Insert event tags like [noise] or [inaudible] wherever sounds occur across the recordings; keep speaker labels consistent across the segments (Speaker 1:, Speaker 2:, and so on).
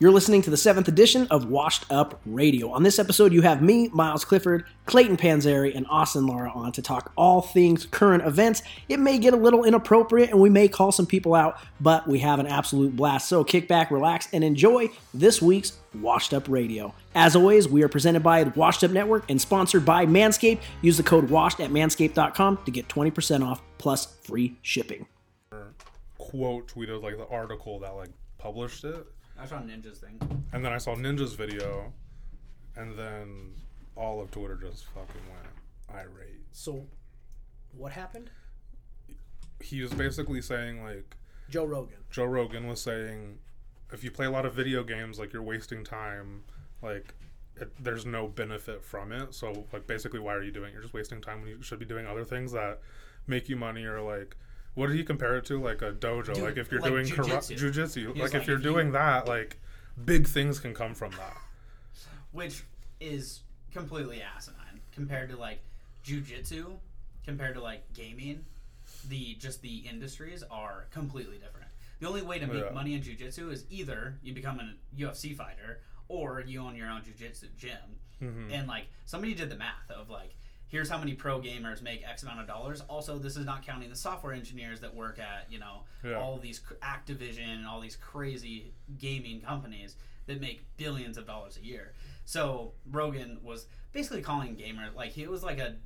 Speaker 1: You're listening to the seventh edition of Washed Up Radio. On this episode, you have me, Miles Clifford, Clayton Panzeri, and Austin Lara on to talk all things current events. It may get a little inappropriate and we may call some people out, but we have an absolute blast. So kick back, relax, and enjoy this week's Washed Up Radio. As always, we are presented by the Washed Up Network and sponsored by Manscaped. Use the code WASHED at manscaped.com to get 20% off plus free shipping.
Speaker 2: quote tweeted like the article that like published it,
Speaker 3: I found Ninja's thing.
Speaker 2: and then I saw Ninja's video, and then all of Twitter just fucking went irate.
Speaker 4: So, what happened?
Speaker 2: He was basically saying like
Speaker 4: Joe Rogan.
Speaker 2: Joe Rogan was saying, if you play a lot of video games, like you're wasting time, like it, there's no benefit from it. So like basically, why are you doing? it? You're just wasting time when you should be doing other things that make you money or like. What did he compare it to? Like a dojo.
Speaker 3: Dude,
Speaker 2: like if you're
Speaker 3: like
Speaker 2: doing jiu
Speaker 3: jujitsu.
Speaker 2: jujitsu. Like,
Speaker 3: was
Speaker 2: if
Speaker 3: like,
Speaker 2: you're
Speaker 3: if you-
Speaker 2: doing that, like big things can come from that.
Speaker 3: Which is completely asinine compared to like jujitsu, compared to like gaming. The just the industries are completely different. The only way to make
Speaker 2: Oh, Yeah.
Speaker 3: money in jujitsu is either you become a UFC fighter or you own your own jujitsu gym.
Speaker 2: Mm-hmm.
Speaker 3: And like somebody did the math of like here's how many pro gamers make X amount of dollars. Also, this is not counting the software engineers that work at you know
Speaker 2: Yeah.
Speaker 3: all these cr- Activision and all these crazy gaming companies that make billions of dollars a year. So Rogan was basically calling gamers like he was like a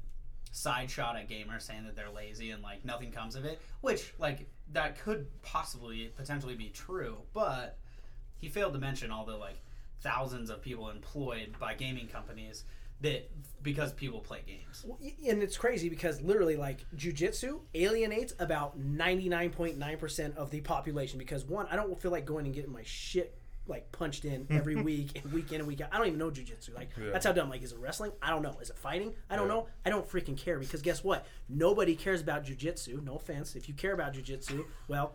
Speaker 3: side shot at gamers saying that they're lazy and like nothing comes of it, which like that could possibly potentially be true, but he failed to mention all the like thousands of people employed by gaming companies that because people play games.
Speaker 4: Well, y- And it's crazy because literally, like, jujitsu alienates about 99.9% of the population because, one, I don't feel like going and getting my shit, like, punched in every week and week in and week out. I don't even know jujitsu. Like, that's how dumb. Like, is it wrestling? I don't know. Is it fighting? I don't know. I don't freaking care because guess what? Nobody cares about jujitsu. No offense. If you care about jujitsu, well,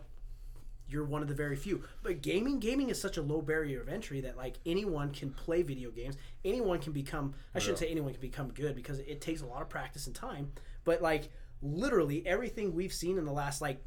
Speaker 4: you're one of the very few. But gaming, gaming is such a low barrier of entry that like anyone can play video games. Anyone can become. I shouldn't say anyone can become good because it takes a lot of practice and time. But like literally everything we've seen in the last like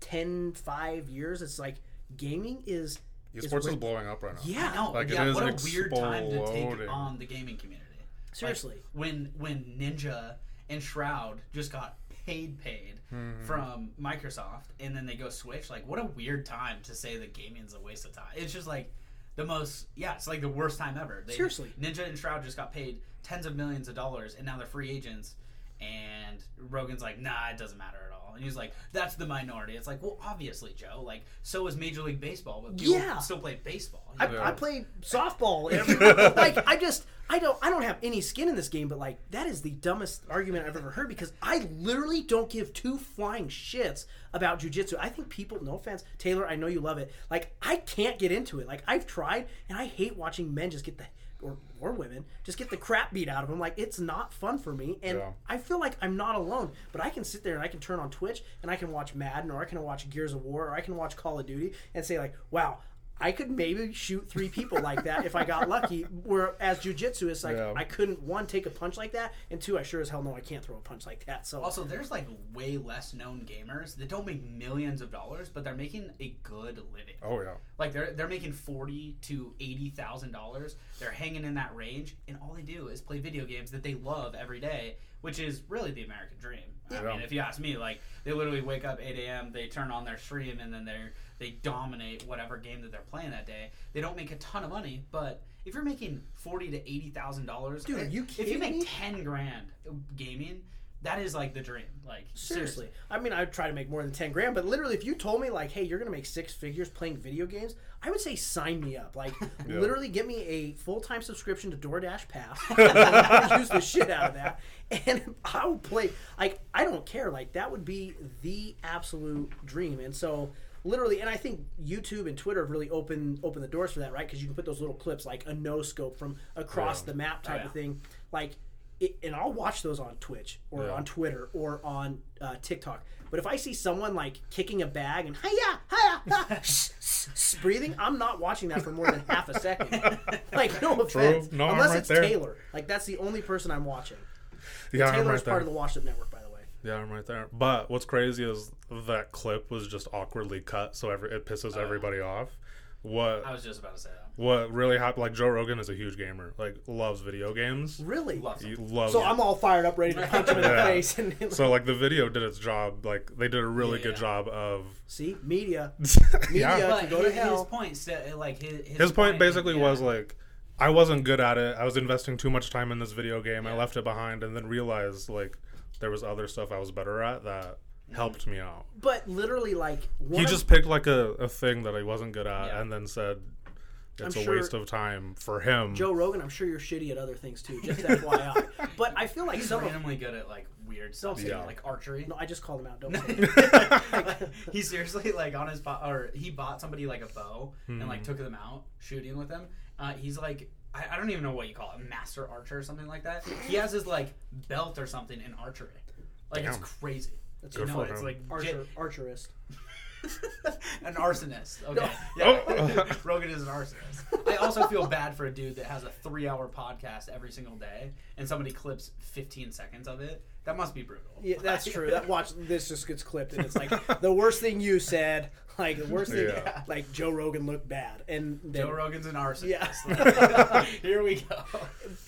Speaker 4: 10, 5 years, it's like gaming is.
Speaker 2: Esports is
Speaker 4: ri-
Speaker 2: blowing up right now.
Speaker 4: Yeah,
Speaker 3: No,
Speaker 2: Like, it
Speaker 3: yeah,
Speaker 2: is
Speaker 3: what a weird time to
Speaker 2: exploding.
Speaker 3: take on the gaming community.
Speaker 4: seriously.
Speaker 3: Like, when when Ninja and Shroud just got paid paid
Speaker 2: Mm-hmm.
Speaker 3: from Microsoft and then they go Switch, like what a weird time to say that gaming's a waste of time. It's just like the most yeah, it's like the worst time ever. They,
Speaker 4: Seriously.
Speaker 3: Ninja and Shroud just got paid tens of millions of dollars and now they're free agents and Rogan's like, nah, it doesn't matter at all. And he's like, that's the minority. It's like, well, obviously, Joe. Like, so is Major League Baseball, but people
Speaker 4: Yeah.
Speaker 3: still play baseball.
Speaker 4: I,
Speaker 3: You know?
Speaker 4: I played softball. Every, like I just I don't I don't have any skin in this game, but like that is the dumbest argument I've ever heard because I literally don't give two flying shits about jujitsu. I think people, no offense, Taylor, I know you love it. Like I can't get into it. Like I've tried, and I hate watching men just get the or, or women just get the crap beat out of them. Like it's not fun for me, and
Speaker 2: Yeah.
Speaker 4: I feel like I'm not alone, but I can sit there and I can turn on Twitch and I can watch Madden or I can watch Gears of War or I can watch Call of Duty and say like, wow, I could maybe shoot three people like that if I got lucky. Whereas jujitsu is like,
Speaker 2: Yeah.
Speaker 4: I couldn't one take a punch like that, and two, I sure as hell know I can't throw a punch like that. So
Speaker 3: Also, there's like way less known gamers that don't make millions of dollars, but they're making a good living.
Speaker 2: Oh yeah.
Speaker 3: Like they're they're making forty to eighty thousand dollars. They're hanging in that range, and all they do is play video games that they love every day, which is really the American dream. I
Speaker 2: Yeah.
Speaker 3: mean, if you ask me, like they literally wake up eight a.m., they turn on their stream, and then they they dominate whatever game that they're playing that day. They don't make a ton of money, but if you're making forty to eighty thousand dollars,
Speaker 4: Dude, are you
Speaker 3: If you
Speaker 4: kidding
Speaker 3: make
Speaker 4: me?
Speaker 3: ten grand gaming, that is like the dream. Like
Speaker 4: seriously, I mean, I'd try to make more than ten grand, but literally, if you told me like, hey, you're gonna make six figures playing video games, I would say sign me up. Like, literally, get me a full time subscription to DoorDash Pass. [laughs] I'd use the shit out of that, and [laughs] I would play. Like, I don't care. Like, that would be the absolute dream. And so, literally, and I think YouTube and Twitter have really opened opened the doors for that, right? Because you can put those little clips, like a no scope from across the map type of thing, like. It, and I'll watch those on Twitch or on Twitter or on uh, TikTok. But if I see someone like kicking a bag and hiya, hiya, ha,
Speaker 2: [laughs]
Speaker 4: [laughs] shh, shh, shh, breathing, I'm not watching that for more than half a
Speaker 2: [laughs]
Speaker 4: second. Like no offense,
Speaker 2: No, I'm
Speaker 4: unless
Speaker 2: right
Speaker 4: it's
Speaker 2: there.
Speaker 4: Taylor. Like that's the only person I'm watching.
Speaker 2: Yeah, I'm
Speaker 4: Taylor is part
Speaker 2: right there.
Speaker 4: of the Washed Up Network, by the way.
Speaker 2: Yeah, I'm right there. But
Speaker 4: Oh.
Speaker 2: what's crazy is that clip was just awkwardly cut, so every, it pisses everybody off. what
Speaker 3: I was just about to say that.
Speaker 2: what really happened. Like Joe Rogan is a huge gamer, like loves video games.
Speaker 4: Really?
Speaker 3: Love
Speaker 2: He
Speaker 3: it.
Speaker 2: loves.
Speaker 4: So I'm all fired up, ready to punch him in the
Speaker 2: [laughs] Yeah.
Speaker 4: face. And
Speaker 2: so like the video did its job. Like they did a really good
Speaker 3: Yeah.
Speaker 2: job
Speaker 4: [laughs]
Speaker 2: of.
Speaker 4: [laughs] see, media.
Speaker 2: yeah.
Speaker 4: Media.
Speaker 3: But
Speaker 4: can go to
Speaker 3: his, his
Speaker 4: hell.
Speaker 3: point, sta- like his, his,
Speaker 2: His point basically
Speaker 3: yeah.
Speaker 2: was like, I wasn't good at it. I was investing too much time in this video game. I
Speaker 3: Yeah.
Speaker 2: left it behind, and then realized like there was other stuff I was better at that
Speaker 4: Mm-hmm.
Speaker 2: helped me out.
Speaker 4: But literally, like one
Speaker 2: He
Speaker 4: of-
Speaker 2: just picked like a, a thing that I wasn't good at,
Speaker 3: Yeah.
Speaker 2: and then said it's
Speaker 4: I'm
Speaker 2: a
Speaker 4: sure-
Speaker 2: waste of time for him.
Speaker 4: Joe Rogan. I'm sure you're shitty at other things too.
Speaker 2: [laughs]
Speaker 4: Just FYI. but I feel like
Speaker 3: he's
Speaker 4: some. Of,
Speaker 3: randomly good at like weird stuff,
Speaker 2: Yeah.
Speaker 3: like archery.
Speaker 2: [laughs]
Speaker 4: no, I just called him out. Don't. say it.
Speaker 3: [laughs] he seriously like on his bo- or he bought somebody like a bow and
Speaker 2: Hmm.
Speaker 3: like took them out shooting with them. Uh, he's like I, I don't even know what you call it, master archer or something like that. He has his like belt or something in archery. Like it's
Speaker 2: Damn.
Speaker 3: crazy. That's you
Speaker 2: Good
Speaker 3: know,
Speaker 2: for
Speaker 3: it's
Speaker 2: him.
Speaker 3: like
Speaker 4: Archer, archerist.
Speaker 3: [laughs] an arsonist. Okay,
Speaker 2: Oh.
Speaker 3: yeah, [laughs] Rogan is an arsonist. I also feel bad for a dude that has a three-hour podcast every single day, and somebody clips 15 seconds of it. That must be brutal.
Speaker 4: Yeah,
Speaker 3: [laughs]
Speaker 4: that's true. That watch this just gets clipped, and it's
Speaker 2: [laughs]
Speaker 4: like the worst thing you said. Like the worst thing.
Speaker 2: Yeah.
Speaker 4: Like Joe Rogan looked bad, and then,
Speaker 3: Joe Rogan's an arsonist.
Speaker 4: Yeah.
Speaker 3: [laughs] Here we go.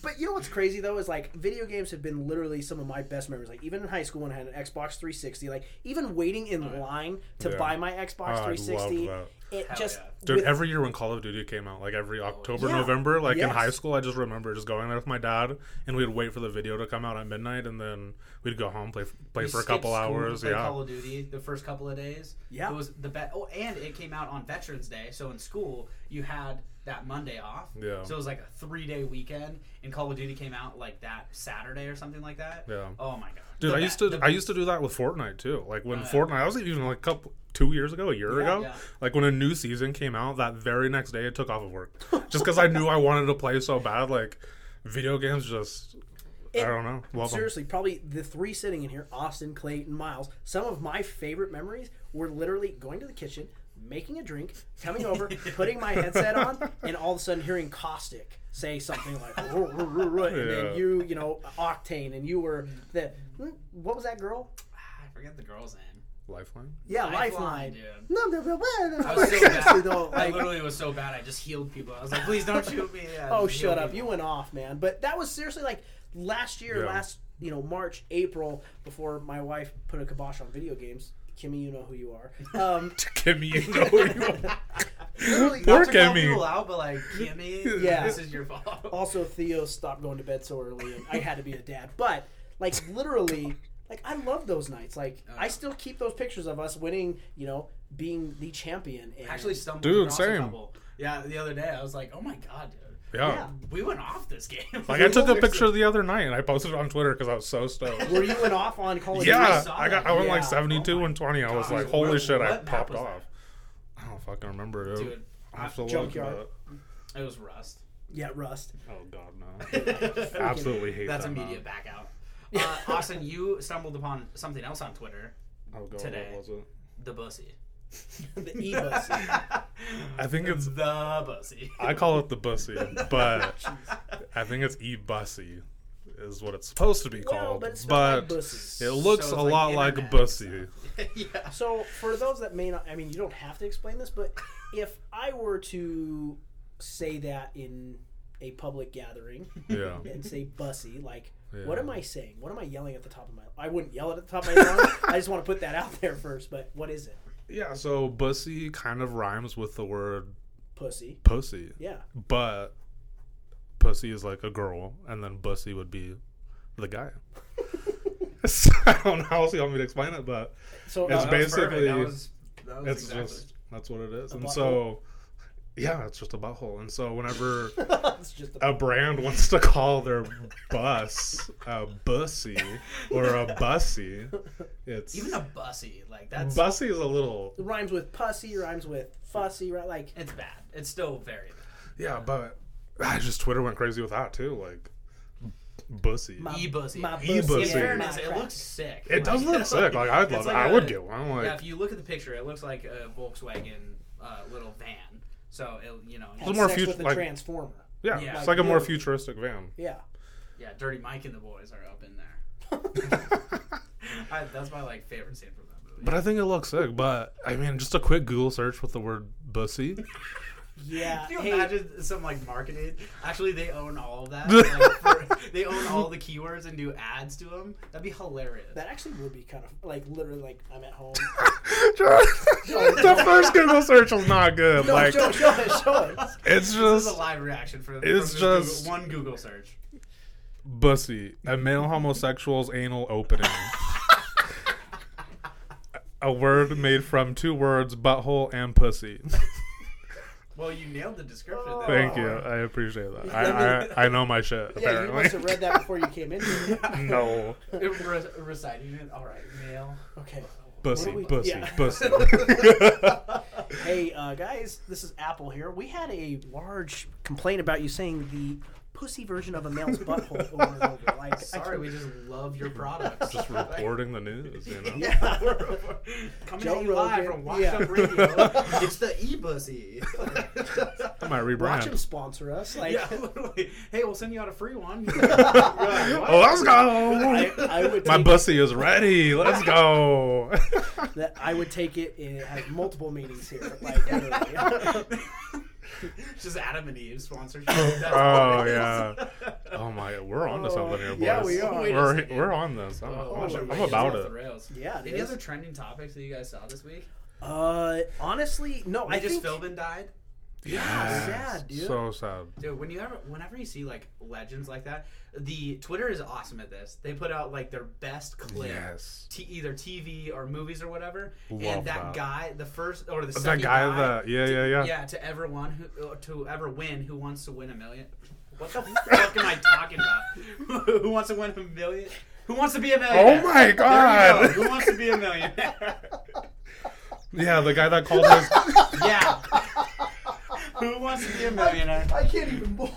Speaker 4: But you know what's crazy though is like video games have been literally some of my best memories. Like even in high school when I had an Xbox 360, like even waiting in line to
Speaker 2: Yeah. Oh,
Speaker 4: buy my Xbox
Speaker 2: I
Speaker 4: 360,
Speaker 2: love
Speaker 4: it
Speaker 3: Hell
Speaker 4: just
Speaker 3: yeah.
Speaker 2: Dude,
Speaker 4: with-
Speaker 2: every year when Call of Duty came out, like every October,
Speaker 4: Yeah.
Speaker 2: November, like in
Speaker 4: Yes.
Speaker 2: high school, I just remember just going there with my dad, and we'd wait for the video to come out at midnight, and then we'd go home play play
Speaker 3: You
Speaker 2: for a
Speaker 3: skipped
Speaker 2: couple
Speaker 3: school to
Speaker 2: hours.
Speaker 3: play
Speaker 2: Yeah,
Speaker 3: Call of Duty the first couple of days.
Speaker 4: Yeah.
Speaker 3: It was the best. Oh, and it came out on Veterans Day, so in school you had that Monday off.
Speaker 2: Yeah.
Speaker 3: So it was like a three-day weekend, and Call of Duty came out like that Saturday or something like that.
Speaker 2: Yeah.
Speaker 3: Oh my god.
Speaker 2: dude,
Speaker 3: The
Speaker 2: I
Speaker 3: be-
Speaker 2: used to
Speaker 3: the
Speaker 2: I used to do that with Fortnite too. Like when
Speaker 3: Oh, yeah.
Speaker 2: Fortnite, I was even like a couple two years ago, a year ago,
Speaker 3: yeah.
Speaker 2: like when a new season came out, that very next day I took off of
Speaker 3: [laughs]
Speaker 2: work just because I knew I wanted to play so bad. Like video games, just I don't know, love 'em.
Speaker 4: Seriously, probably the three sitting in here, Austin, Clayton, Miles, some of my favorite memories were literally going to the kitchen, making a drink, coming over, putting my headset on, and all of a sudden hearing Caustic say something like, "Ruh, ruh, ruh, ruh," and
Speaker 2: Yeah.
Speaker 4: then you, you know, Octane, and you were the, hmm, what was that girl?
Speaker 3: I forget the girl's name.
Speaker 2: Lifeline. [laughs]
Speaker 4: Yeah,
Speaker 3: Lifeline,
Speaker 4: Lifeline.
Speaker 3: dude.
Speaker 4: [laughs] No, no, no, no, no.
Speaker 3: I was so
Speaker 4: Seriously,
Speaker 3: bad.
Speaker 4: though,
Speaker 3: I
Speaker 4: like,
Speaker 3: literally was so bad. I just healed people. I was like, please don't
Speaker 4: [laughs]
Speaker 3: shoot me. I
Speaker 4: Oh,
Speaker 3: just
Speaker 4: shut
Speaker 3: healed
Speaker 4: up! You
Speaker 3: people.
Speaker 4: went off, man. But that was seriously like last year,
Speaker 2: Yeah.
Speaker 4: last you know March, April, before my wife put a kibosh on video games. Kimmy, you know who you are.
Speaker 2: [laughs]
Speaker 4: Um,
Speaker 2: Kimmy, you know who you are.
Speaker 4: literally-
Speaker 2: Poor
Speaker 3: Not to call
Speaker 2: Kimmy.
Speaker 3: people out, but like
Speaker 4: [laughs]
Speaker 3: Kimmy,
Speaker 4: Yeah.
Speaker 3: this is your fault.
Speaker 4: also, Theo stopped going to bed so early, and I had to be a dad. But like literally, like I love those nights. Like
Speaker 2: Oh,
Speaker 4: I still keep those pictures of us winning. You know, being the champion. And,
Speaker 3: Actually, stumbled
Speaker 2: Dude,
Speaker 3: across
Speaker 2: same.
Speaker 3: a couple. Yeah, the other day I was like, oh my god, dude,
Speaker 2: yeah.
Speaker 3: we went off this [laughs] game.
Speaker 2: Like I took a picture the other night and I posted it on Twitter because I was so stoked.
Speaker 4: were you went off on Call of
Speaker 2: [laughs] yeah,
Speaker 4: Duty?
Speaker 2: I got I went
Speaker 4: Yeah.
Speaker 2: like seventy two
Speaker 3: Oh
Speaker 2: and twenty. I was
Speaker 3: God.
Speaker 2: like, holy
Speaker 3: What-
Speaker 2: shit, I
Speaker 3: what map
Speaker 2: popped
Speaker 3: was that?
Speaker 2: off. I don't fucking remember. Dude,
Speaker 3: Dude,
Speaker 2: I have to look.
Speaker 4: Junkyard.
Speaker 2: But...
Speaker 3: It
Speaker 4: [laughs]
Speaker 3: was Rust.
Speaker 4: Yeah, Rust.
Speaker 2: Oh
Speaker 3: [laughs]
Speaker 2: god, no! Absolutely hate
Speaker 3: That's
Speaker 2: that.
Speaker 3: immediate
Speaker 2: map.
Speaker 3: back out. Uh, Austin, you stumbled upon something else on Twitter,
Speaker 2: Oh god,
Speaker 3: today.
Speaker 2: what was it?
Speaker 3: the bussy.
Speaker 4: [laughs] The e-bus.
Speaker 2: I think it's.
Speaker 3: [laughs] The
Speaker 2: [laughs]
Speaker 3: bussy. [laughs]
Speaker 2: I call it the bussy, but I think it's e bussy, is what it's supposed to be
Speaker 4: well,
Speaker 2: [laughs] called.
Speaker 4: but it's
Speaker 2: But,
Speaker 4: not like buses.
Speaker 2: it looks
Speaker 3: So
Speaker 2: a
Speaker 3: it's like
Speaker 2: lot like
Speaker 3: internet
Speaker 2: bussy.
Speaker 3: yeah.
Speaker 4: So, for those that may not, I mean, you don't have to explain this,
Speaker 2: [laughs]
Speaker 4: but if I were to say that in a public gathering
Speaker 3: [laughs]
Speaker 2: Yeah.
Speaker 4: and
Speaker 2: [laughs]
Speaker 4: say bussy, like,
Speaker 2: Yeah.
Speaker 4: what am I saying? What am I yelling at the top of my I wouldn't yell it at the top of my
Speaker 2: [laughs]
Speaker 4: lungs. I just want to put that out there first, but what is it?
Speaker 2: Yeah. So bussy kind of rhymes with the word
Speaker 4: Pussy.
Speaker 2: pussy.
Speaker 4: Yeah.
Speaker 2: but pussy is like a girl, and then bussy would be the
Speaker 3: [laughs]
Speaker 2: guy. So I don't know how else you want me to explain it, but
Speaker 4: So,
Speaker 2: It's
Speaker 4: uh,
Speaker 2: ba- basically-
Speaker 3: That was, perfect. that was, that was
Speaker 2: it's
Speaker 3: exactly.
Speaker 2: just that's what it is. and
Speaker 4: butthole?
Speaker 2: so, yeah, it's just a butthole. And so,
Speaker 3: [laughs]
Speaker 2: whenever
Speaker 4: [laughs] it's just a,
Speaker 2: a brand wants to call their bus a bussy or a bussy, it's
Speaker 3: Even a bussy, like that's
Speaker 2: bussy is a little
Speaker 4: it rhymes with pussy, rhymes with fussy, right? Like,
Speaker 3: it's bad. It's still very bad.
Speaker 2: yeah, but I just Twitter went crazy with that too, like bussy.
Speaker 4: My-
Speaker 3: E bussy.
Speaker 4: my pussy
Speaker 2: E bussy.
Speaker 3: In
Speaker 4: is
Speaker 3: fairness,
Speaker 4: my
Speaker 3: it
Speaker 4: crack.
Speaker 3: looks sick.
Speaker 2: it does
Speaker 3: Like, [laughs]
Speaker 2: look sick. Like I'd
Speaker 3: it's
Speaker 2: love it.
Speaker 3: like
Speaker 2: I
Speaker 3: a-
Speaker 2: would get one. Like
Speaker 3: yeah, if you look at the picture, it looks like a Volkswagen uh, little van. So it, you know,
Speaker 4: Have
Speaker 2: more
Speaker 4: sex
Speaker 2: fut-
Speaker 4: with a
Speaker 2: like-
Speaker 4: transformer.
Speaker 2: Yeah,
Speaker 3: Yeah.
Speaker 2: it's
Speaker 3: Like,
Speaker 2: like a more
Speaker 4: yeah.
Speaker 2: futuristic
Speaker 4: [laughs]
Speaker 2: van. [laughs]
Speaker 4: Yeah.
Speaker 3: yeah, Dirty Mike and the boys are up in there. [laughs] I, that's my like favorite scene from that movie.
Speaker 4: [laughs]
Speaker 2: But I think it looks sick. But I mean, just a quick Google search with the word "bussy,"
Speaker 4: Yeah.
Speaker 3: Can you
Speaker 4: hey,
Speaker 3: imagine some like marketing? Actually, they own all of that. Like, [laughs] for, they own all the keywords and do ads to them. That'd be hilarious.
Speaker 4: that [laughs] actually would be kind of like literally like I'm at home.
Speaker 2: the first Google search was not good.
Speaker 4: No,
Speaker 2: like
Speaker 4: show it, show it, show it.
Speaker 2: it's
Speaker 3: [laughs] this is a
Speaker 2: just
Speaker 3: live reaction for
Speaker 2: It's
Speaker 3: from Google-
Speaker 2: just-
Speaker 3: one Google search.
Speaker 2: bussy. A male homosexual's anal
Speaker 4: [laughs]
Speaker 2: opening. a word made from two words: butthole and
Speaker 4: [laughs]
Speaker 2: pussy.
Speaker 3: Well, you nailed the description.
Speaker 4: Oh.
Speaker 3: there.
Speaker 2: Thank you. I appreciate that.
Speaker 4: [laughs]
Speaker 2: I, I, I know my shit.
Speaker 4: Yeah, you
Speaker 2: Apparently.
Speaker 4: must have read that before you came in. here.
Speaker 2: [laughs] no.
Speaker 3: It- re- reciting it. All right, male.
Speaker 4: Okay.
Speaker 2: Bussy,
Speaker 4: What do we-
Speaker 2: bussy,
Speaker 4: yeah.
Speaker 2: bussy.
Speaker 4: [laughs]
Speaker 2: [laughs]
Speaker 4: Hey uh, guys, this is Apple here. We had a large complaint about you saying the pussy version of a
Speaker 2: [laughs]
Speaker 4: male's butthole over and over. Like, I
Speaker 3: Sorry,
Speaker 4: couldn't-
Speaker 3: we just love your products. [laughs]
Speaker 2: Just reporting the news, you know?
Speaker 3: Yeah, we're- we're coming
Speaker 4: Joe
Speaker 3: at you live
Speaker 4: Rogan,
Speaker 3: from Washed
Speaker 4: yeah. [laughs]
Speaker 3: Up Radio. It's the e-bussy.
Speaker 2: I
Speaker 3: [laughs]
Speaker 2: might
Speaker 4: watch
Speaker 2: [laughs]
Speaker 4: him [laughs]
Speaker 2: rebrand.
Speaker 4: sponsor us. Like,
Speaker 3: yeah, literally. Hey, we'll send you out a
Speaker 4: [laughs]
Speaker 3: free one. [laughs] You're like, "What?"
Speaker 2: Oh, let's go!
Speaker 4: I, I would.
Speaker 2: My
Speaker 4: take-
Speaker 2: bussy is ready. Let's
Speaker 4: [laughs]
Speaker 2: go.
Speaker 4: [laughs] that I would take it and it has multiple meanings here.
Speaker 3: [laughs]
Speaker 4: Like, literally.
Speaker 3: just Adam and
Speaker 2: [laughs]
Speaker 3: Eve sponsorship. That's
Speaker 2: [laughs]
Speaker 3: all
Speaker 2: oh
Speaker 3: it is.
Speaker 2: yeah.
Speaker 4: [laughs]
Speaker 2: Oh my, we're on to something here, boys.
Speaker 4: Yeah, we are.
Speaker 3: Wait a
Speaker 2: We're,
Speaker 3: second.
Speaker 2: we're on this. I'm,
Speaker 3: Oh,
Speaker 2: I'm-
Speaker 3: we're
Speaker 2: I'm
Speaker 3: way
Speaker 2: about
Speaker 3: off the
Speaker 2: it.
Speaker 3: rails.
Speaker 4: Yeah, it
Speaker 3: Any
Speaker 4: is.
Speaker 3: other trending topics that you guys saw this week?
Speaker 4: uh, honestly, no.
Speaker 3: I
Speaker 4: I
Speaker 3: just
Speaker 4: think
Speaker 3: Philbin died.
Speaker 2: Yes.
Speaker 4: sad, dude.
Speaker 2: So sad.
Speaker 3: Dude, when you ever, whenever you see like legends like that, the Twitter is awesome at this. They put out like their best clip,
Speaker 2: Yes.
Speaker 3: t- either TV or movies or whatever.
Speaker 2: Love
Speaker 3: and
Speaker 2: that.
Speaker 3: that, guy, the first or the
Speaker 2: That
Speaker 3: second
Speaker 2: guy
Speaker 3: guy
Speaker 2: that yeah yeah yeah.
Speaker 3: yeah, to everyone who uh, to ever win who wants to win a million. What the fuck am I talking about? [laughs] who wants to win a million? Who wants to be a millionaire?
Speaker 2: Oh my
Speaker 3: There you go. Who
Speaker 2: god.
Speaker 3: wants to be a millionaire?
Speaker 2: [laughs]
Speaker 3: [laughs]
Speaker 2: yeah, the guy that called us. [laughs]
Speaker 3: yeah. who wants to be a millionaire?
Speaker 4: I can't even more.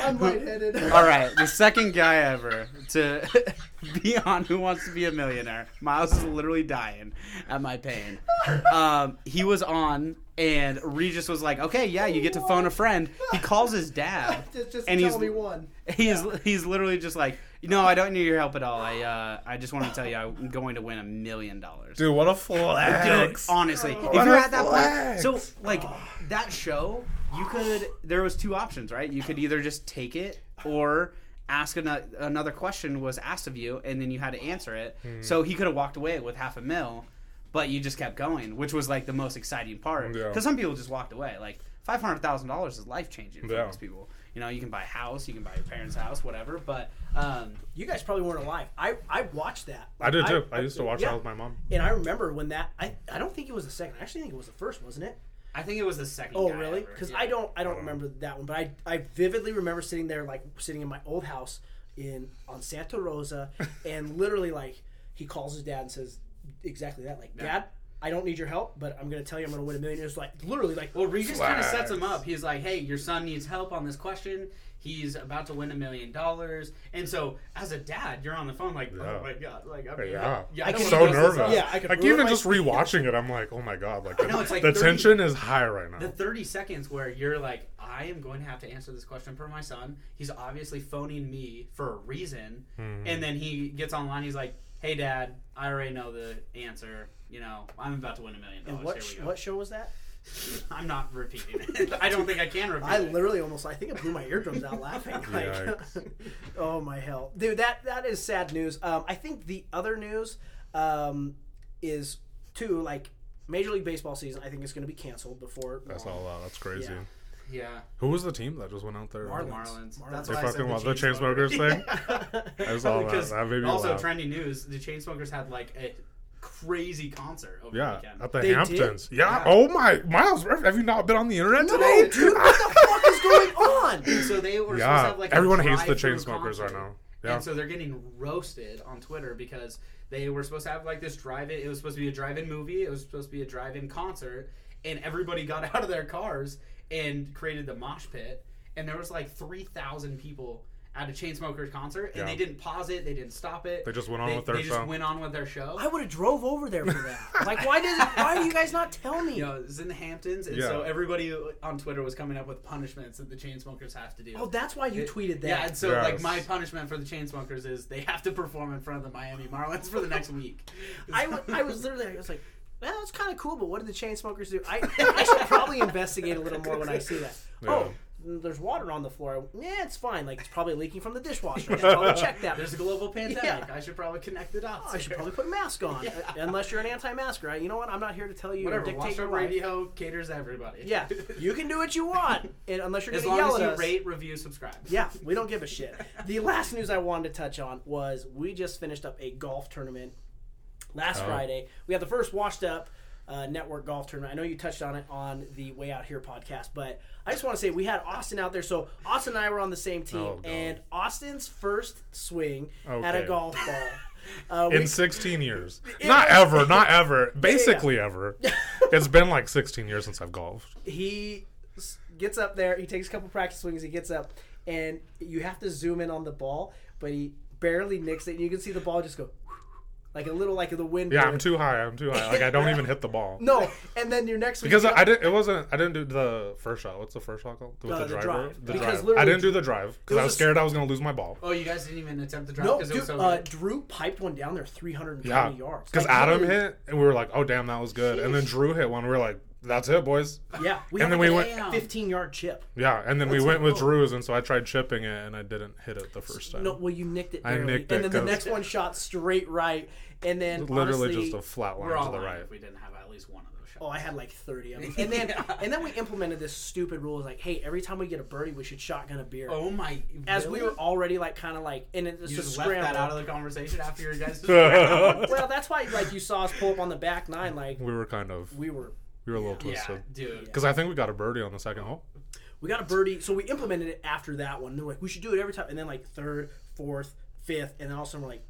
Speaker 4: I'm lightheaded.
Speaker 5: [laughs] All right, the second guy ever to [laughs] be on Who Wants to Be a Millionaire. Miles is literally dying at my pain. Um, he was on, and Regis was like, "Okay, yeah, you get to phone a friend." He calls his dad,
Speaker 4: [laughs] Just, just
Speaker 5: and he's
Speaker 4: tell me one.
Speaker 5: he's he's literally just like, "No, I don't need your help at all. I uh, I just want to tell you, I'm going to win a million dollars."
Speaker 2: Dude, what a
Speaker 5: Dude,
Speaker 2: flex.
Speaker 5: honestly,
Speaker 2: What
Speaker 5: if you're
Speaker 2: a
Speaker 5: at that point,
Speaker 2: flex.
Speaker 5: so like that show, you could. There was two options, right? You could either just take it or ask another, another question was asked of you, and then you had to answer it.
Speaker 2: Hmm.
Speaker 5: So he could have walked away with half a mil, but you just kept going, which was like the most exciting part.
Speaker 2: Yeah.
Speaker 5: Because some people just walked away. Like five hundred thousand dollars is life changing for
Speaker 2: Yeah.
Speaker 5: most people. You know, you can buy a house, you can buy your parents' house, whatever. But um,
Speaker 4: You guys probably weren't alive. I, I watched that.
Speaker 2: I did too. I, used to watch
Speaker 4: yeah.
Speaker 2: that with my mom.
Speaker 4: And I remember when that. I, I don't think it was the second. I actually think it was the first, wasn't it?
Speaker 3: I think it was the second.
Speaker 4: Oh,
Speaker 3: guy
Speaker 4: really?
Speaker 3: ever.
Speaker 4: Because
Speaker 3: Yeah. Uh-huh.
Speaker 4: I don't I don't remember that one, but I I vividly remember sitting there like sitting in my old house in on Santa
Speaker 3: [laughs]
Speaker 4: Rosa, and literally like he calls his dad and says exactly that like Dad. I don't need your help, but I'm gonna tell you I'm gonna win a million. It was like literally like
Speaker 3: Well, Regis kind of
Speaker 2: Flex.
Speaker 3: sets him up. He's like, "Hey, your son needs help on this question. He's about to win a million dollars." And so, as a dad, you're on the phone like,
Speaker 2: Yeah.
Speaker 3: "Oh my god!" Like, I mean,
Speaker 2: Yeah.
Speaker 3: yeah I
Speaker 2: I'm
Speaker 3: don't
Speaker 2: so
Speaker 3: wanna mess this
Speaker 2: nervous.
Speaker 3: up.
Speaker 4: Yeah, I could
Speaker 2: like
Speaker 4: ruin
Speaker 2: even
Speaker 4: my- [laughs]
Speaker 2: just rewatching it, I'm like, oh my god, like, the,
Speaker 3: know, it's like
Speaker 2: the
Speaker 3: 30
Speaker 2: tension is high right now.
Speaker 3: The 30 seconds where you're like, I am going to have to answer this question for my son. He's obviously phoning me for a reason.
Speaker 2: Hmm.
Speaker 3: And then he gets online. He's like, Hey, dad, I already know the answer. You know, I'm about to win a million
Speaker 4: And
Speaker 3: dollars.
Speaker 4: oh, what
Speaker 3: Here
Speaker 4: sh-
Speaker 3: we go.
Speaker 4: what show was that?
Speaker 3: [laughs] I'm not repeating it. [laughs] I don't think I can repeat
Speaker 4: I
Speaker 3: it.
Speaker 4: literally almost I think I blew my eardrums out
Speaker 3: [laughs]
Speaker 4: laughing. Like,
Speaker 2: Yikes.
Speaker 4: [laughs] oh my hell, dude, that that is sad news. Um, I think the other news um, is too like Major League Baseball season. I think is going to be canceled before.
Speaker 2: That's
Speaker 4: long.
Speaker 2: all that. That's crazy.
Speaker 4: Yeah.
Speaker 3: yeah.
Speaker 2: Who was the team that just went out there?
Speaker 4: Marlins.
Speaker 3: Marlins.
Speaker 4: Marlins.
Speaker 3: That's
Speaker 4: They
Speaker 3: why I said
Speaker 2: fucking want the
Speaker 3: Chainsmokers.
Speaker 2: Chainsmokers thing?
Speaker 3: [laughs] Yeah.
Speaker 2: I was all
Speaker 3: Because
Speaker 2: that. That made me
Speaker 3: also,
Speaker 2: laugh.
Speaker 3: trending news: the Chainsmokers had like a crazy concert over the
Speaker 2: Yeah,
Speaker 3: weekend.
Speaker 2: at the
Speaker 4: They did?
Speaker 2: Hamptons. Yeah. Oh my, Miles, have you not been on the internet
Speaker 4: Oh,
Speaker 2: today?
Speaker 4: dude, what
Speaker 2: [laughs]
Speaker 4: the fuck is going on?
Speaker 3: so they were supposed to
Speaker 2: yeah.
Speaker 3: have like a
Speaker 2: Everyone hates the
Speaker 3: drive-through
Speaker 2: chain smokers right
Speaker 3: concert.
Speaker 2: now. Yeah.
Speaker 3: And so they're getting roasted on Twitter because they were supposed to have like this drive-in. It was supposed to be a drive-in movie. It was supposed to be a drive-in concert, and everybody got [laughs] out of their cars and created the mosh pit. And there was like three thousand people at a Chainsmokers concert, and
Speaker 2: Yeah.
Speaker 3: they didn't pause it. They didn't stop it.
Speaker 2: They just went on
Speaker 3: They-
Speaker 2: with their
Speaker 3: they
Speaker 2: show.
Speaker 3: just went on with their show.
Speaker 4: I would have drove over there for that. Like, why does why do you guys not tell me?
Speaker 3: you know, it's in the Hamptons, and
Speaker 2: Yeah.
Speaker 3: so everybody on Twitter was coming up with punishments that the chain smokers have to do.
Speaker 4: Oh, that's why you tweeted that.
Speaker 3: Yeah, and so like
Speaker 2: Yes.
Speaker 3: my punishment for the chain
Speaker 4: [laughs]
Speaker 3: smokers is they have to perform in front of the Miami Marlins for the next week.
Speaker 4: I, w- I was literally I was like, well, that's kind of cool, but what did the chain smokers do? I, I should probably investigate a little more when I see that. Oh, there's water on the floor. Yeah, it's fine. Like, it's probably leaking from the dishwasher. I should probably check that.
Speaker 3: There's a global pandemic.
Speaker 4: Yeah.
Speaker 3: I should probably connect the dots.
Speaker 4: Oh, I should probably put a mask on. Uh, Unless you're an anti-masker. I, you know what? I'm not here to tell you or
Speaker 3: Whatever.
Speaker 4: dictate
Speaker 3: Watch
Speaker 4: your
Speaker 3: Up
Speaker 4: life.
Speaker 3: Radio caters to everybody.
Speaker 4: Yeah, you can do what you want, and unless you're
Speaker 3: As
Speaker 4: gonna
Speaker 3: long
Speaker 4: yell
Speaker 3: as
Speaker 4: at
Speaker 3: you
Speaker 4: us.
Speaker 3: rate, review, subscribe.
Speaker 4: Yeah, we don't give a shit. The last news I wanted to touch on was we just finished up a golf tournament last
Speaker 2: Oh.
Speaker 4: Friday. We had the first washed up uh, network golf tournament. I know you touched on it on the Way Out Here podcast, but I just want to say we had Austin out there. So Austin and I were on the same team,
Speaker 2: Oh, God.
Speaker 4: and Austin's first swing at a
Speaker 2: Okay.
Speaker 4: golf
Speaker 2: [laughs]
Speaker 4: ball. Uh, we-
Speaker 2: in
Speaker 4: [laughs]
Speaker 2: 16 years. Not ever, not ever. Basically ever. It's been like 16 years since I've golfed.
Speaker 4: he s- gets up there. He takes a couple practice swings. He gets up, and you have to zoom in on the ball, but he barely nicks it, and you can see the ball just go like a little like the wind.
Speaker 2: Yeah,
Speaker 4: blew
Speaker 2: I'm
Speaker 4: it.
Speaker 2: too high. I'm too high. Like I don't even hit the ball.
Speaker 4: No, and then your next week
Speaker 2: Because
Speaker 4: you
Speaker 2: I, I didn't. It wasn't. I didn't do the first shot. What's the first shot called? With
Speaker 4: Uh, the drive. Because literally-
Speaker 2: I didn't do the drive because
Speaker 4: was
Speaker 2: I was
Speaker 4: a s-
Speaker 2: scared I was going to lose my ball.
Speaker 3: Oh, you guys didn't even attempt to drop
Speaker 4: no,
Speaker 3: because it
Speaker 4: dude,
Speaker 3: was so
Speaker 4: uh,
Speaker 3: good.
Speaker 4: Drew piped one down there 320
Speaker 2: Yeah,
Speaker 4: yards.
Speaker 2: because
Speaker 4: Like,
Speaker 2: Adam
Speaker 4: literally-
Speaker 2: hit, and we were like, "Oh damn, that was good." And then Drew hit one. We were like, "That's it, boys."
Speaker 4: Yeah, we had
Speaker 2: and then
Speaker 4: like
Speaker 2: we
Speaker 4: a
Speaker 3: went-
Speaker 4: 15 yard chip.
Speaker 2: Yeah, and then we went with Drew's, and so I tried chipping it, and I didn't hit it the first time.
Speaker 4: No, well you nicked it.
Speaker 2: I
Speaker 4: Barely.
Speaker 2: nicked
Speaker 4: and
Speaker 2: it
Speaker 4: then the
Speaker 2: 'cause-
Speaker 4: next one shot straight right, and then
Speaker 2: Literally
Speaker 4: honestly,
Speaker 2: just a flat
Speaker 3: We're
Speaker 2: line
Speaker 3: all
Speaker 2: to the
Speaker 3: lying
Speaker 2: right.
Speaker 3: if we didn't have at least one of those shots.
Speaker 4: Oh, I had like thirty of them, and
Speaker 3: [laughs]
Speaker 4: then and then we implemented this stupid rule: is like, hey, every time we get a birdie, we should shotgun a beer.
Speaker 3: Oh, my!
Speaker 4: as
Speaker 3: really?
Speaker 4: we were already like kind of like and it was
Speaker 3: you
Speaker 4: just
Speaker 3: just left
Speaker 4: scramble.
Speaker 3: that out of the conversation after
Speaker 2: [laughs]
Speaker 3: your guys. round.
Speaker 4: well, that's why like you saw us pull up on the back nine, like
Speaker 2: We were kind of
Speaker 4: we were
Speaker 2: we were a little
Speaker 3: yeah,
Speaker 2: twisted
Speaker 3: dude.
Speaker 2: because I think we got a birdie on the second hole.
Speaker 4: we got a birdie, so we implemented it after that one. They're like, we should do it every time, and then like third, fourth, fifth, and then all of a sudden we're like,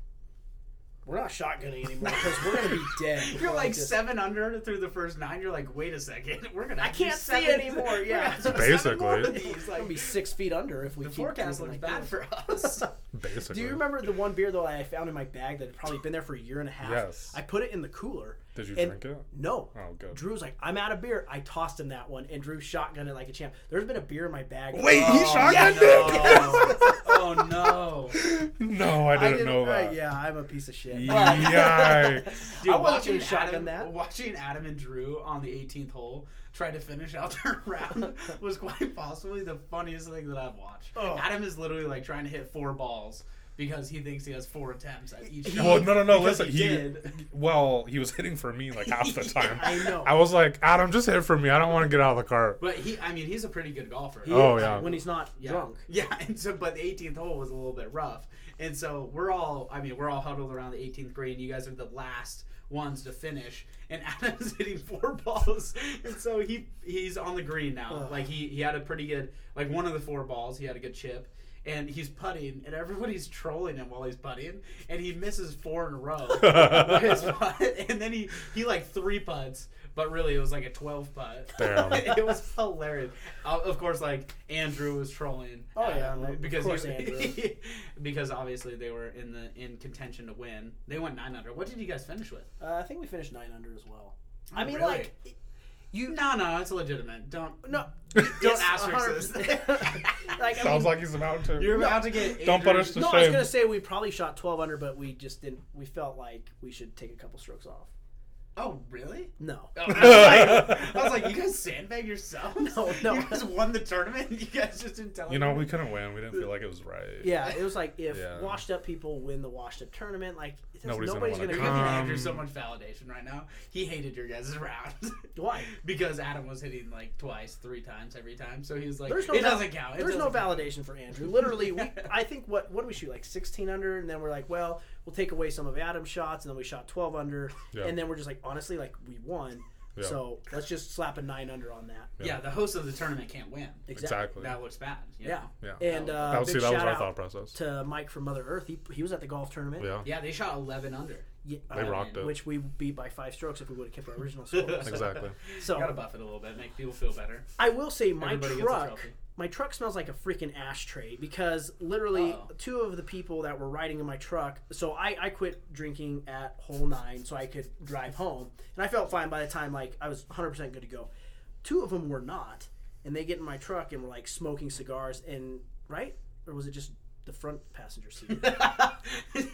Speaker 4: we're not shotgunning anymore because we're gonna
Speaker 3: [laughs]
Speaker 4: be dead. before
Speaker 3: You're
Speaker 4: I
Speaker 3: like
Speaker 4: just-
Speaker 3: seven under through the first nine. You're like, wait a second, [laughs] we're gonna. I
Speaker 4: can't see anymore, yeah.
Speaker 2: Basically.
Speaker 3: these.
Speaker 4: We're
Speaker 3: Like,
Speaker 4: gonna
Speaker 3: [laughs]
Speaker 4: be six feet under if we
Speaker 3: the
Speaker 4: keep
Speaker 3: forecast looks
Speaker 4: moving like
Speaker 3: bad
Speaker 4: this.
Speaker 3: for us.
Speaker 4: [laughs]
Speaker 3: [laughs]
Speaker 2: Basically,
Speaker 4: Do you remember the one beer though I found in my bag that had probably been there for a year and a half?
Speaker 2: Yes.
Speaker 4: I put it in the cooler.
Speaker 2: Did you
Speaker 4: and-
Speaker 2: drink it?
Speaker 4: No.
Speaker 2: Oh, good.
Speaker 4: Drew's like, I'm out of beer. I tossed him that one, and Drew shotgunned it like a champ. There's been a beer in my bag.
Speaker 2: Wait, he shotgunned
Speaker 3: Oh no!
Speaker 4: [laughs]
Speaker 2: No, I didn't, know
Speaker 4: right,
Speaker 2: that.
Speaker 4: yeah, I'm a piece of shit. [laughs]
Speaker 2: Yikes.
Speaker 3: Dude,
Speaker 4: I wasn't
Speaker 3: watching
Speaker 4: gonna shotgun
Speaker 3: Adam,
Speaker 4: that.
Speaker 3: Watching Adam and Drew on the 18th hole try to finish out [laughs] their
Speaker 4: [laughs]
Speaker 3: round was quite possibly the funniest thing that I've watched.
Speaker 4: Oh.
Speaker 3: Adam is literally like trying to hit four balls because he thinks he has four attempts at each
Speaker 2: [laughs]
Speaker 3: shot.
Speaker 2: Well, Oh, no, no, no.
Speaker 3: Because
Speaker 2: Listen, he,
Speaker 3: did.
Speaker 2: well, he was hitting for me like half the
Speaker 4: [laughs]
Speaker 2: time.
Speaker 4: I know.
Speaker 2: I was like, Adam, just hit for me. I don't want to get out of the car.
Speaker 3: But he, I mean, he's a pretty good golfer.
Speaker 4: He
Speaker 2: Oh,
Speaker 4: is,
Speaker 2: yeah.
Speaker 4: When he's not
Speaker 3: Yeah.
Speaker 4: drunk.
Speaker 3: [laughs] Yeah, and so but the 18th hole was a little bit rough, and so we're all I mean we're all huddled around the 18th green. You guys are the last ones to finish, and [laughs] Adam's hitting four balls, and so he he's on the green now. Like he he had a pretty good like one of the four balls he had a good chip. And he's putting, and everybody's trolling him while he's putting, and he misses four in a row. [laughs] with his putt, and then he he like three putts, but really it was like a twelve putt.
Speaker 2: Damn.
Speaker 3: [laughs] it was hilarious. Uh, of course, like Andrew was trolling.
Speaker 4: Oh, yeah,
Speaker 3: Adam,
Speaker 4: well, of
Speaker 3: because
Speaker 4: course
Speaker 3: he-
Speaker 4: Andrew.
Speaker 3: [laughs] because obviously they were in the in contention to win. They went nine under. What did you guys finish with?
Speaker 4: Uh, I think we finished nine under as well. I mean,
Speaker 3: really?
Speaker 4: like, it- you
Speaker 3: No, no, it's legitimate. Don't
Speaker 4: no,
Speaker 3: don't
Speaker 4: yes,
Speaker 3: ask her
Speaker 4: 100%. [laughs] like, I mean,
Speaker 2: Sounds like he's about to.
Speaker 3: You're about to get.
Speaker 2: Don't put us
Speaker 3: Andrew's-
Speaker 2: to
Speaker 4: no, I was
Speaker 2: shame.
Speaker 4: gonna say we probably shot twelve under, but we just didn't. We felt like we should take a couple strokes off.
Speaker 3: Oh, really?
Speaker 4: No,
Speaker 3: Oh, [laughs] I, was like, I was like, you guys sandbag yourselves?
Speaker 4: [laughs] No, no.
Speaker 3: You guys won the tournament. [laughs] You guys just didn't tell
Speaker 2: You know,
Speaker 3: me.
Speaker 2: we couldn't win. We didn't feel like it was right.
Speaker 4: yeah, it was like if
Speaker 2: Yeah.
Speaker 4: washed up people win the washed up tournament, like there's-
Speaker 2: Nobody's gonna
Speaker 4: nobody's
Speaker 2: wanna
Speaker 4: gonna,
Speaker 3: You're
Speaker 4: come.
Speaker 3: giving
Speaker 2: Um,
Speaker 3: Andrew so much validation right now. He hated your guys' round. [laughs]
Speaker 4: Why?
Speaker 3: because Adam was hitting like twice, three times every time. So he was like,
Speaker 4: There's no
Speaker 3: it
Speaker 4: val-
Speaker 3: doesn't count. It
Speaker 4: There's no
Speaker 3: doesn't count."
Speaker 4: validation for Andrew. Literally,
Speaker 3: [laughs]
Speaker 4: we, I think what what did we shoot like 16 under, and then we're like, well, we'll take away some of Adam's shots, and then we shot 12 under,
Speaker 2: Yeah.
Speaker 4: and then we're just like, honestly, like we won,
Speaker 2: Yeah.
Speaker 4: so let's just slap a nine under on that.
Speaker 3: Yeah, the host of the tournament can't win.
Speaker 2: exactly.
Speaker 3: That looks bad. you
Speaker 4: Yeah.
Speaker 3: know?
Speaker 2: Yeah.
Speaker 4: And uh,
Speaker 2: that was,
Speaker 4: big
Speaker 2: see, that was
Speaker 4: shout
Speaker 2: our
Speaker 4: out
Speaker 2: thought process.
Speaker 4: to Mike from Mother Earth. He, he was at the golf tournament.
Speaker 2: yeah.
Speaker 3: Yeah, they shot 11 under.
Speaker 4: Yeah,
Speaker 2: They
Speaker 4: uh,
Speaker 2: rocked it.
Speaker 4: Which we beat by five strokes if we would have kept our original
Speaker 2: [laughs]
Speaker 4: score. [laughs]
Speaker 2: Exactly.
Speaker 3: Gotta
Speaker 4: so
Speaker 3: buff it a little bit, make people
Speaker 4: [laughs]
Speaker 3: feel better.
Speaker 4: I will say my
Speaker 3: Everybody gets a
Speaker 4: truck.
Speaker 3: trophy.
Speaker 4: My truck smells like a freaking ashtray because literally
Speaker 3: Uh-oh.
Speaker 4: two of the people that were riding in my truck. So I, I quit drinking at hole nine so I could drive home, and I felt fine by the time like I was 100 percent good to go. Two of them were not, and they get in my truck and were like smoking cigars and right or was it just the front passenger
Speaker 3: [laughs]
Speaker 4: seat.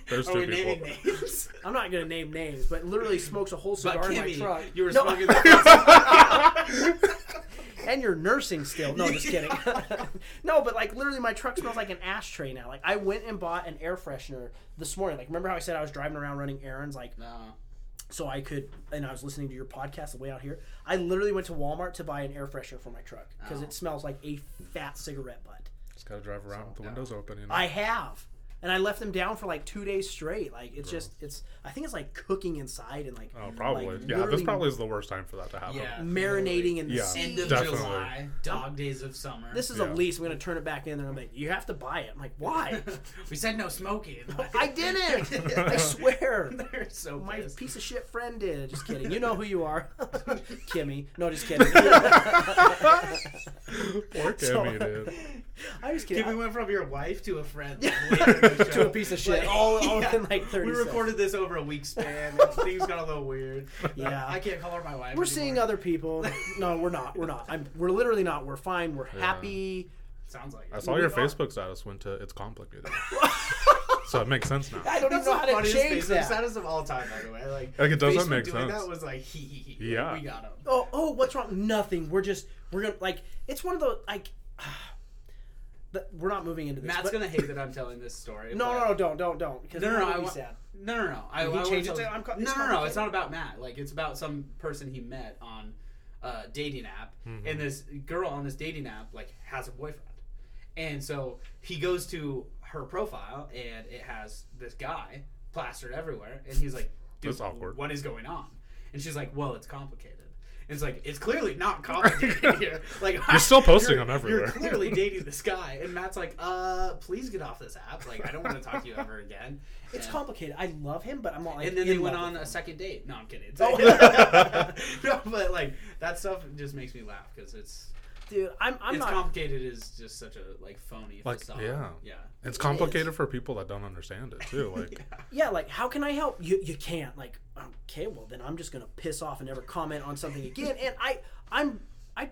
Speaker 2: There's
Speaker 3: Are
Speaker 2: two
Speaker 3: Oh, we naming
Speaker 2: people.
Speaker 4: [laughs]
Speaker 3: names?
Speaker 4: I'm not gonna name names, but literally smokes a whole
Speaker 3: But
Speaker 4: cigar in my truck.
Speaker 3: Kimmy, you were
Speaker 4: No, [laughs]
Speaker 3: smoking the
Speaker 4: and you're nursing still. No, just
Speaker 3: [laughs]
Speaker 4: kidding. [laughs] no, but like literally, my truck smells like an ashtray now. Like I went and bought an air freshener this morning. Like remember how I said I was driving around running errands, like
Speaker 3: No.
Speaker 4: so I could, and I was listening to your podcast the way out here. I literally went to Walmart to buy an air freshener for my truck because
Speaker 3: Oh.
Speaker 4: it smells like a fat cigarette butt.
Speaker 2: Just gotta drive around with the windows open. You know,
Speaker 4: I have. And I left them down for like two days straight. Like it's just it's I think it's like cooking inside and like
Speaker 2: oh, probably.
Speaker 4: like,
Speaker 2: yeah, this
Speaker 4: literally
Speaker 2: probably is the worst time for that to happen.
Speaker 3: Yeah.
Speaker 4: marinating in the
Speaker 2: Yeah.
Speaker 4: sea.
Speaker 3: End of
Speaker 2: Definitely.
Speaker 3: July, dog days of summer.
Speaker 4: This is
Speaker 2: Yeah.
Speaker 4: a lease. I'm gonna turn it back in there. I'm like, you have to buy it. I'm like, [laughs] why?
Speaker 3: [laughs] we said no [laughs] smoking.
Speaker 4: I [laughs] didn't.
Speaker 2: [laughs]
Speaker 4: I swear.
Speaker 3: They're so
Speaker 4: My
Speaker 3: pissed.
Speaker 4: piece of shit friend did. Just kidding. You know who you [laughs] are, Kimmy. No, [laughs] just kidding.
Speaker 2: Poor
Speaker 4: So-
Speaker 2: Kimmy, dude.
Speaker 4: [laughs] I was
Speaker 3: Dude, we
Speaker 4: kidding.
Speaker 3: went from your wife to a friend. [laughs]
Speaker 4: to a piece of shit. all all in like thirty.
Speaker 3: We
Speaker 4: seconds.
Speaker 3: recorded this over a week span. [laughs] And things got a little weird.
Speaker 4: Yeah.
Speaker 3: I can't call her my wife.
Speaker 4: We're seeing
Speaker 3: anymore.
Speaker 4: other [laughs] people. No, we're not. We're not. I'm. We're literally not. We're fine. We're happy.
Speaker 3: Sounds like
Speaker 2: I
Speaker 3: it.
Speaker 2: saw your Facebook status went to
Speaker 4: [laughs]
Speaker 2: "It's complicated," so it makes sense now.
Speaker 4: I don't
Speaker 3: That's
Speaker 4: even know
Speaker 3: the
Speaker 4: how to
Speaker 3: funniest
Speaker 4: change
Speaker 3: Facebook
Speaker 4: that.
Speaker 3: status of all time, by the way. Like,
Speaker 2: Like, it doesn't
Speaker 3: Facebook
Speaker 2: make
Speaker 3: doing
Speaker 2: sense.
Speaker 3: That was like [laughs] he he he.
Speaker 2: Yeah.
Speaker 3: we got him.
Speaker 4: oh, oh, what's wrong? Nothing. We're just we're gonna like it's one of those like [sighs] the, we're not moving into this.
Speaker 3: Matt's
Speaker 4: but-
Speaker 3: gonna hate that I'm telling this story.
Speaker 4: no,
Speaker 3: but-
Speaker 4: no, no, don't, don't, don't, because
Speaker 3: No, no, no, I
Speaker 4: be
Speaker 3: wa-
Speaker 4: sad.
Speaker 3: No, no, no. I,
Speaker 4: He
Speaker 3: I wanna
Speaker 4: changed it
Speaker 3: tell-
Speaker 4: to- I'm co- it's
Speaker 3: no, no, no. It's
Speaker 4: complicated.
Speaker 3: not about Matt. Like it's about some person he met on a dating app,
Speaker 2: Mm-hmm.
Speaker 3: and this girl on this dating app like has a boyfriend, and so he goes to her profile, and it has this guy plastered everywhere, and he's like, "Dude,
Speaker 2: That's awkward.
Speaker 3: what is going on?" And she's like, "Well, it's complicated." And It's like it's clearly not [laughs] complicated here. Like [laughs]
Speaker 2: You're still posting
Speaker 3: you're-
Speaker 2: them everywhere. [laughs]
Speaker 3: You're clearly dating this guy, and Matt's like, "Uh, please get off this app. Like, I don't want to talk to you ever again."
Speaker 4: [laughs] It's
Speaker 3: And-
Speaker 4: complicated. I love him, but I'm not like.
Speaker 3: and then they
Speaker 4: in
Speaker 3: went
Speaker 4: love
Speaker 3: on
Speaker 4: with
Speaker 3: a
Speaker 4: him.
Speaker 3: second date. No, I'm kidding.
Speaker 4: Oh. [laughs]
Speaker 3: no, but like [laughs] that stuff just makes me laugh because it's
Speaker 4: dude. I'm, I'm
Speaker 3: it's
Speaker 4: not.
Speaker 3: complicated is just such a like phony
Speaker 2: Like,
Speaker 3: facade.
Speaker 2: yeah.
Speaker 3: yeah.
Speaker 2: It's complicated for people that don't understand it
Speaker 4: [laughs]
Speaker 2: too. Like,
Speaker 4: yeah, like how can I help? You you can't. Like okay, well then I'm just gonna piss off and never comment on something again. And I I'm I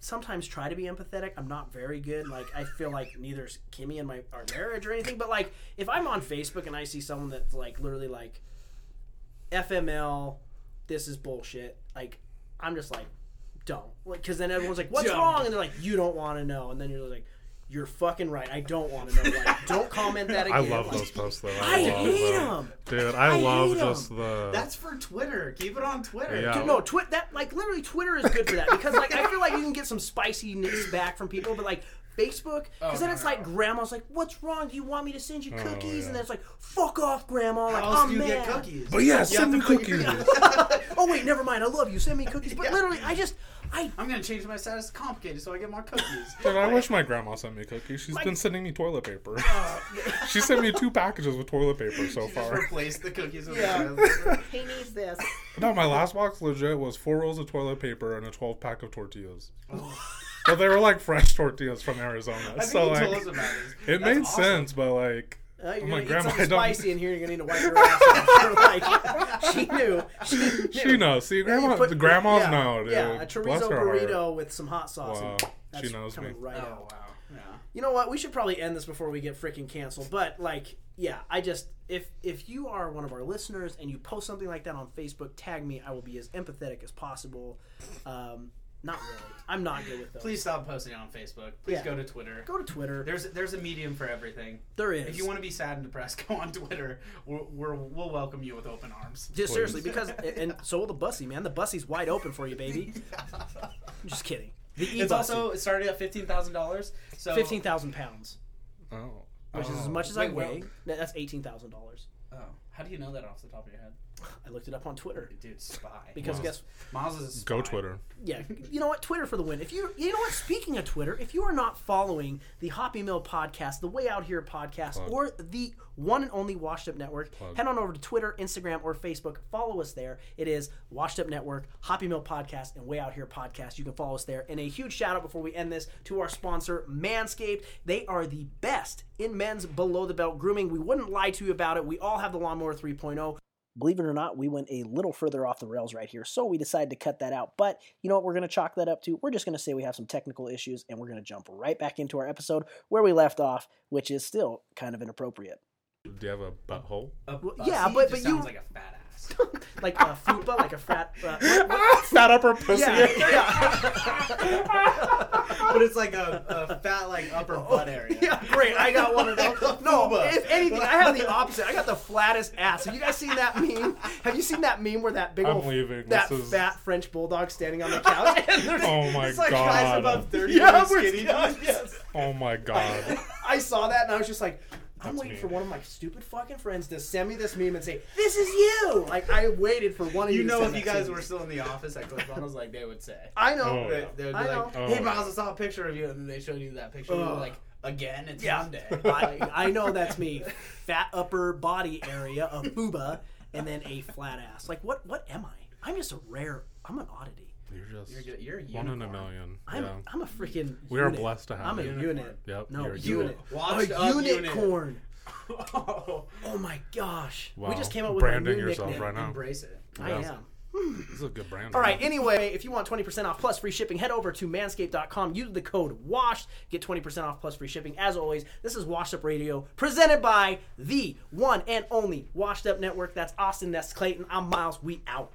Speaker 4: sometimes try to be empathetic. I'm not very good. Like I feel like neither is Kimmy and my our marriage or anything. But like if I'm on Facebook and I see someone that's like literally like FML, this is bullshit. Like I'm just like don't like because then everyone's like what's
Speaker 3: Don't.
Speaker 4: wrong and they're like you don't want to know and then you're like. You're fucking right. I don't want to know. Like, don't comment that
Speaker 2: I
Speaker 4: again.
Speaker 2: love
Speaker 4: Like,
Speaker 2: those posts though.
Speaker 4: I
Speaker 2: love
Speaker 4: hate
Speaker 2: them.
Speaker 4: 'em.
Speaker 2: dude. I,
Speaker 4: I
Speaker 2: love
Speaker 4: hate
Speaker 2: just the.
Speaker 3: That's for Twitter. Keep it on Twitter.
Speaker 2: Yeah.
Speaker 4: Dude, no, twi- that like literally Twitter is good for that because like I feel like you can get some spiciness back from people, but like Facebook,
Speaker 2: Oh,
Speaker 4: because then
Speaker 3: no,
Speaker 4: it's
Speaker 3: no,
Speaker 4: like grandma's like, "What's wrong? Do you want me to send you cookies?"
Speaker 2: yeah.
Speaker 4: And then it's like, "Fuck off, grandma!" Like,
Speaker 3: How else
Speaker 4: I'm
Speaker 3: do Oh, you
Speaker 4: mad.
Speaker 3: get cookies?
Speaker 2: but yeah, send me cookies.
Speaker 4: Oh wait, never mind. I love you. Send me cookies. [laughs] But literally, I just I
Speaker 3: [laughs] I'm gonna change my status to complicated so I get
Speaker 2: [laughs]
Speaker 3: more cookies. [laughs]
Speaker 2: Dude, I wish my grandma sent me cookies. She's been sending me toilet paper.
Speaker 4: Uh,
Speaker 2: [laughs] she sent me two packages with toilet paper so
Speaker 3: Just
Speaker 2: far.
Speaker 3: replace the cookies with
Speaker 4: Yeah. [laughs]
Speaker 3: yeah.
Speaker 4: he needs
Speaker 2: [laughs]
Speaker 4: this. Uh,
Speaker 2: No, my last box legit was four rolls of toilet paper and a 12 pack of tortillas.
Speaker 4: Oh.
Speaker 2: but they were like fresh tortillas from Arizona.
Speaker 3: I think
Speaker 2: so
Speaker 3: you
Speaker 2: like,
Speaker 3: told us about this.
Speaker 2: it
Speaker 3: That's
Speaker 2: made
Speaker 3: awesome.
Speaker 2: sense, but like,
Speaker 4: Uh, you're
Speaker 2: I'm
Speaker 4: gonna
Speaker 2: like,
Speaker 4: eat
Speaker 2: Oh, grandma,
Speaker 4: something
Speaker 2: I don't.
Speaker 4: spicy in here. You're gonna need to wipe your [laughs] ass. off. like [laughs] she knew. She knew.
Speaker 2: She knows. See, grandma,
Speaker 4: Put-
Speaker 2: the grandmas
Speaker 4: yeah,
Speaker 2: know, dude.
Speaker 4: Yeah, a
Speaker 2: Bless
Speaker 4: chorizo
Speaker 2: her
Speaker 4: burrito
Speaker 2: heart.
Speaker 4: with some hot sauce.
Speaker 2: Wow,
Speaker 4: and
Speaker 2: she
Speaker 4: that's
Speaker 2: knows
Speaker 4: coming
Speaker 2: me.
Speaker 4: Right
Speaker 3: Oh
Speaker 4: out.
Speaker 3: wow. Yeah.
Speaker 4: You know what? We should probably end this before we get freaking canceled. But like, yeah, I just if if you are one of our listeners and you post something like that on Facebook, tag me. I will be as empathetic as possible. Um, not really. I'm not good with those.
Speaker 3: Please stop posting it on Facebook. Please
Speaker 4: Yeah.
Speaker 3: go to Twitter.
Speaker 4: go to Twitter.
Speaker 3: There's there's a medium for everything.
Speaker 4: There is.
Speaker 3: If you want to be sad and depressed, [laughs] go on Twitter. We're, we're, we'll welcome you with open arms. [laughs]
Speaker 4: just seriously because and, and so will the bussy man. The bussy's wide open for you, baby.
Speaker 3: [laughs]
Speaker 4: I'm just kidding. The e
Speaker 3: It's also it started at fifteen thousand dollars. So
Speaker 4: fifteen thousand pounds,
Speaker 2: Oh.
Speaker 4: which is as
Speaker 2: Oh.
Speaker 4: much as I
Speaker 3: Wait,
Speaker 4: weigh.
Speaker 3: well-
Speaker 4: No, that's eighteen thousand dollars.
Speaker 3: Oh, how do you know that off the top of your head,
Speaker 4: I looked it up on Twitter
Speaker 3: dude? Spy.
Speaker 4: because guess
Speaker 3: Miles is a spy.
Speaker 2: Go Twitter.
Speaker 4: Yeah, you know what? Twitter for the win. If you, you know what? Speaking of Twitter, if you are not following the Hoppy Mill podcast, the Way Out Here podcast, or the one and only Washed Up Network, head on over to Twitter, Instagram, or Facebook. Follow us there. It is Washed Up Network, Hoppy Mill podcast, and Way Out Here podcast. You can follow us there. And a huge shout out before we end this to our sponsor, Manscaped. They are the best in men's below the belt grooming. We wouldn't lie to you about it. We all have the Lawnmower oh. 3.0.
Speaker 1: Believe it or not, we went a little further off the rails right here, so we decided to cut that out. But you know what we're going to chalk that up to? We're just going to say we have some technical issues and we're going to jump right back into our episode where we left off, which is still kind of inappropriate.
Speaker 2: Do you have a
Speaker 4: [laughs]
Speaker 2: butthole?
Speaker 3: A
Speaker 4: yeah, but-
Speaker 3: bussy just
Speaker 4: but you-
Speaker 3: sounds like a fat ass. [laughs]
Speaker 4: like a fupa, like a frat. [laughs] Uh,
Speaker 2: Fat upper pussy.
Speaker 4: yeah, yeah,
Speaker 3: but it's like a, a fat like
Speaker 4: [laughs]
Speaker 3: upper butt area.
Speaker 4: Oh, yeah, great. I got one of [laughs] those. No, if anything, I have the opposite. I got the flattest ass. Have you guys seen that meme? Have you seen that meme where that big
Speaker 2: I'm
Speaker 4: old
Speaker 2: leaving.
Speaker 4: that
Speaker 2: This is-
Speaker 4: fat French bulldog standing on the [laughs] couch? And there's-
Speaker 2: Oh [laughs] my
Speaker 3: It's [laughs] like guys
Speaker 2: god.
Speaker 3: above thirty
Speaker 4: Yeah,
Speaker 3: with
Speaker 4: we're-
Speaker 3: skinny
Speaker 4: yeah,
Speaker 3: jeans.
Speaker 4: yes.
Speaker 2: Oh my [laughs] god.
Speaker 4: I saw that and I was just like, I'm
Speaker 2: That's
Speaker 4: waiting
Speaker 2: me.
Speaker 4: for one of my stupid fucking friends to send me this meme and say, "This is you." Like I waited for one of you.
Speaker 3: You
Speaker 4: to
Speaker 3: know,
Speaker 4: send
Speaker 3: if you
Speaker 4: that to
Speaker 3: guys
Speaker 4: me.
Speaker 3: were still in the office at Cliff Funnels, like they would say.
Speaker 4: I know.
Speaker 2: Oh,
Speaker 3: They,
Speaker 2: yeah.
Speaker 3: they would be
Speaker 4: I
Speaker 3: like,
Speaker 2: know.
Speaker 3: "Hey,
Speaker 2: Oh.
Speaker 3: Miles, I saw a picture of you," and then they showed you that picture. and you were
Speaker 4: Ugh.
Speaker 3: like, "Again, it's
Speaker 4: Yeah.
Speaker 3: Monday."
Speaker 4: [laughs] I,
Speaker 2: [laughs]
Speaker 4: I know that's me. Fat upper body area of booba, and then a flat ass. Like what? What am I? I'm just a rare. I'm an oddity.
Speaker 2: You're just
Speaker 3: You're, ju- you're a
Speaker 2: one in a
Speaker 3: unicorn.
Speaker 2: million.
Speaker 4: I'm
Speaker 2: yeah.
Speaker 4: I'm a freaking.
Speaker 2: We are
Speaker 4: unit.
Speaker 2: blessed to have
Speaker 4: I'm a
Speaker 2: you.
Speaker 4: unit.
Speaker 2: Yep.
Speaker 4: No,
Speaker 2: you're a
Speaker 4: unit.
Speaker 2: unit.
Speaker 3: Washed
Speaker 4: a
Speaker 3: up unit.
Speaker 4: unicorn.
Speaker 3: [laughs] Oh,
Speaker 4: Oh my gosh.
Speaker 2: Wow.
Speaker 4: We just came up with
Speaker 2: branding
Speaker 4: a new
Speaker 2: yourself
Speaker 4: nickname.
Speaker 2: right now.
Speaker 3: embrace it.
Speaker 4: I
Speaker 2: Yeah.
Speaker 4: am.
Speaker 2: This is a good brand.
Speaker 4: All right. Anyway, if you want 20% off plus free shipping, head over to manscaped.com. Use the code WASHED. Get 20% off plus free shipping. As always, this is Washed Up Radio, presented by the one and only Washed Up Network. That's Austin. That's Clayton. I'm Miles. We out.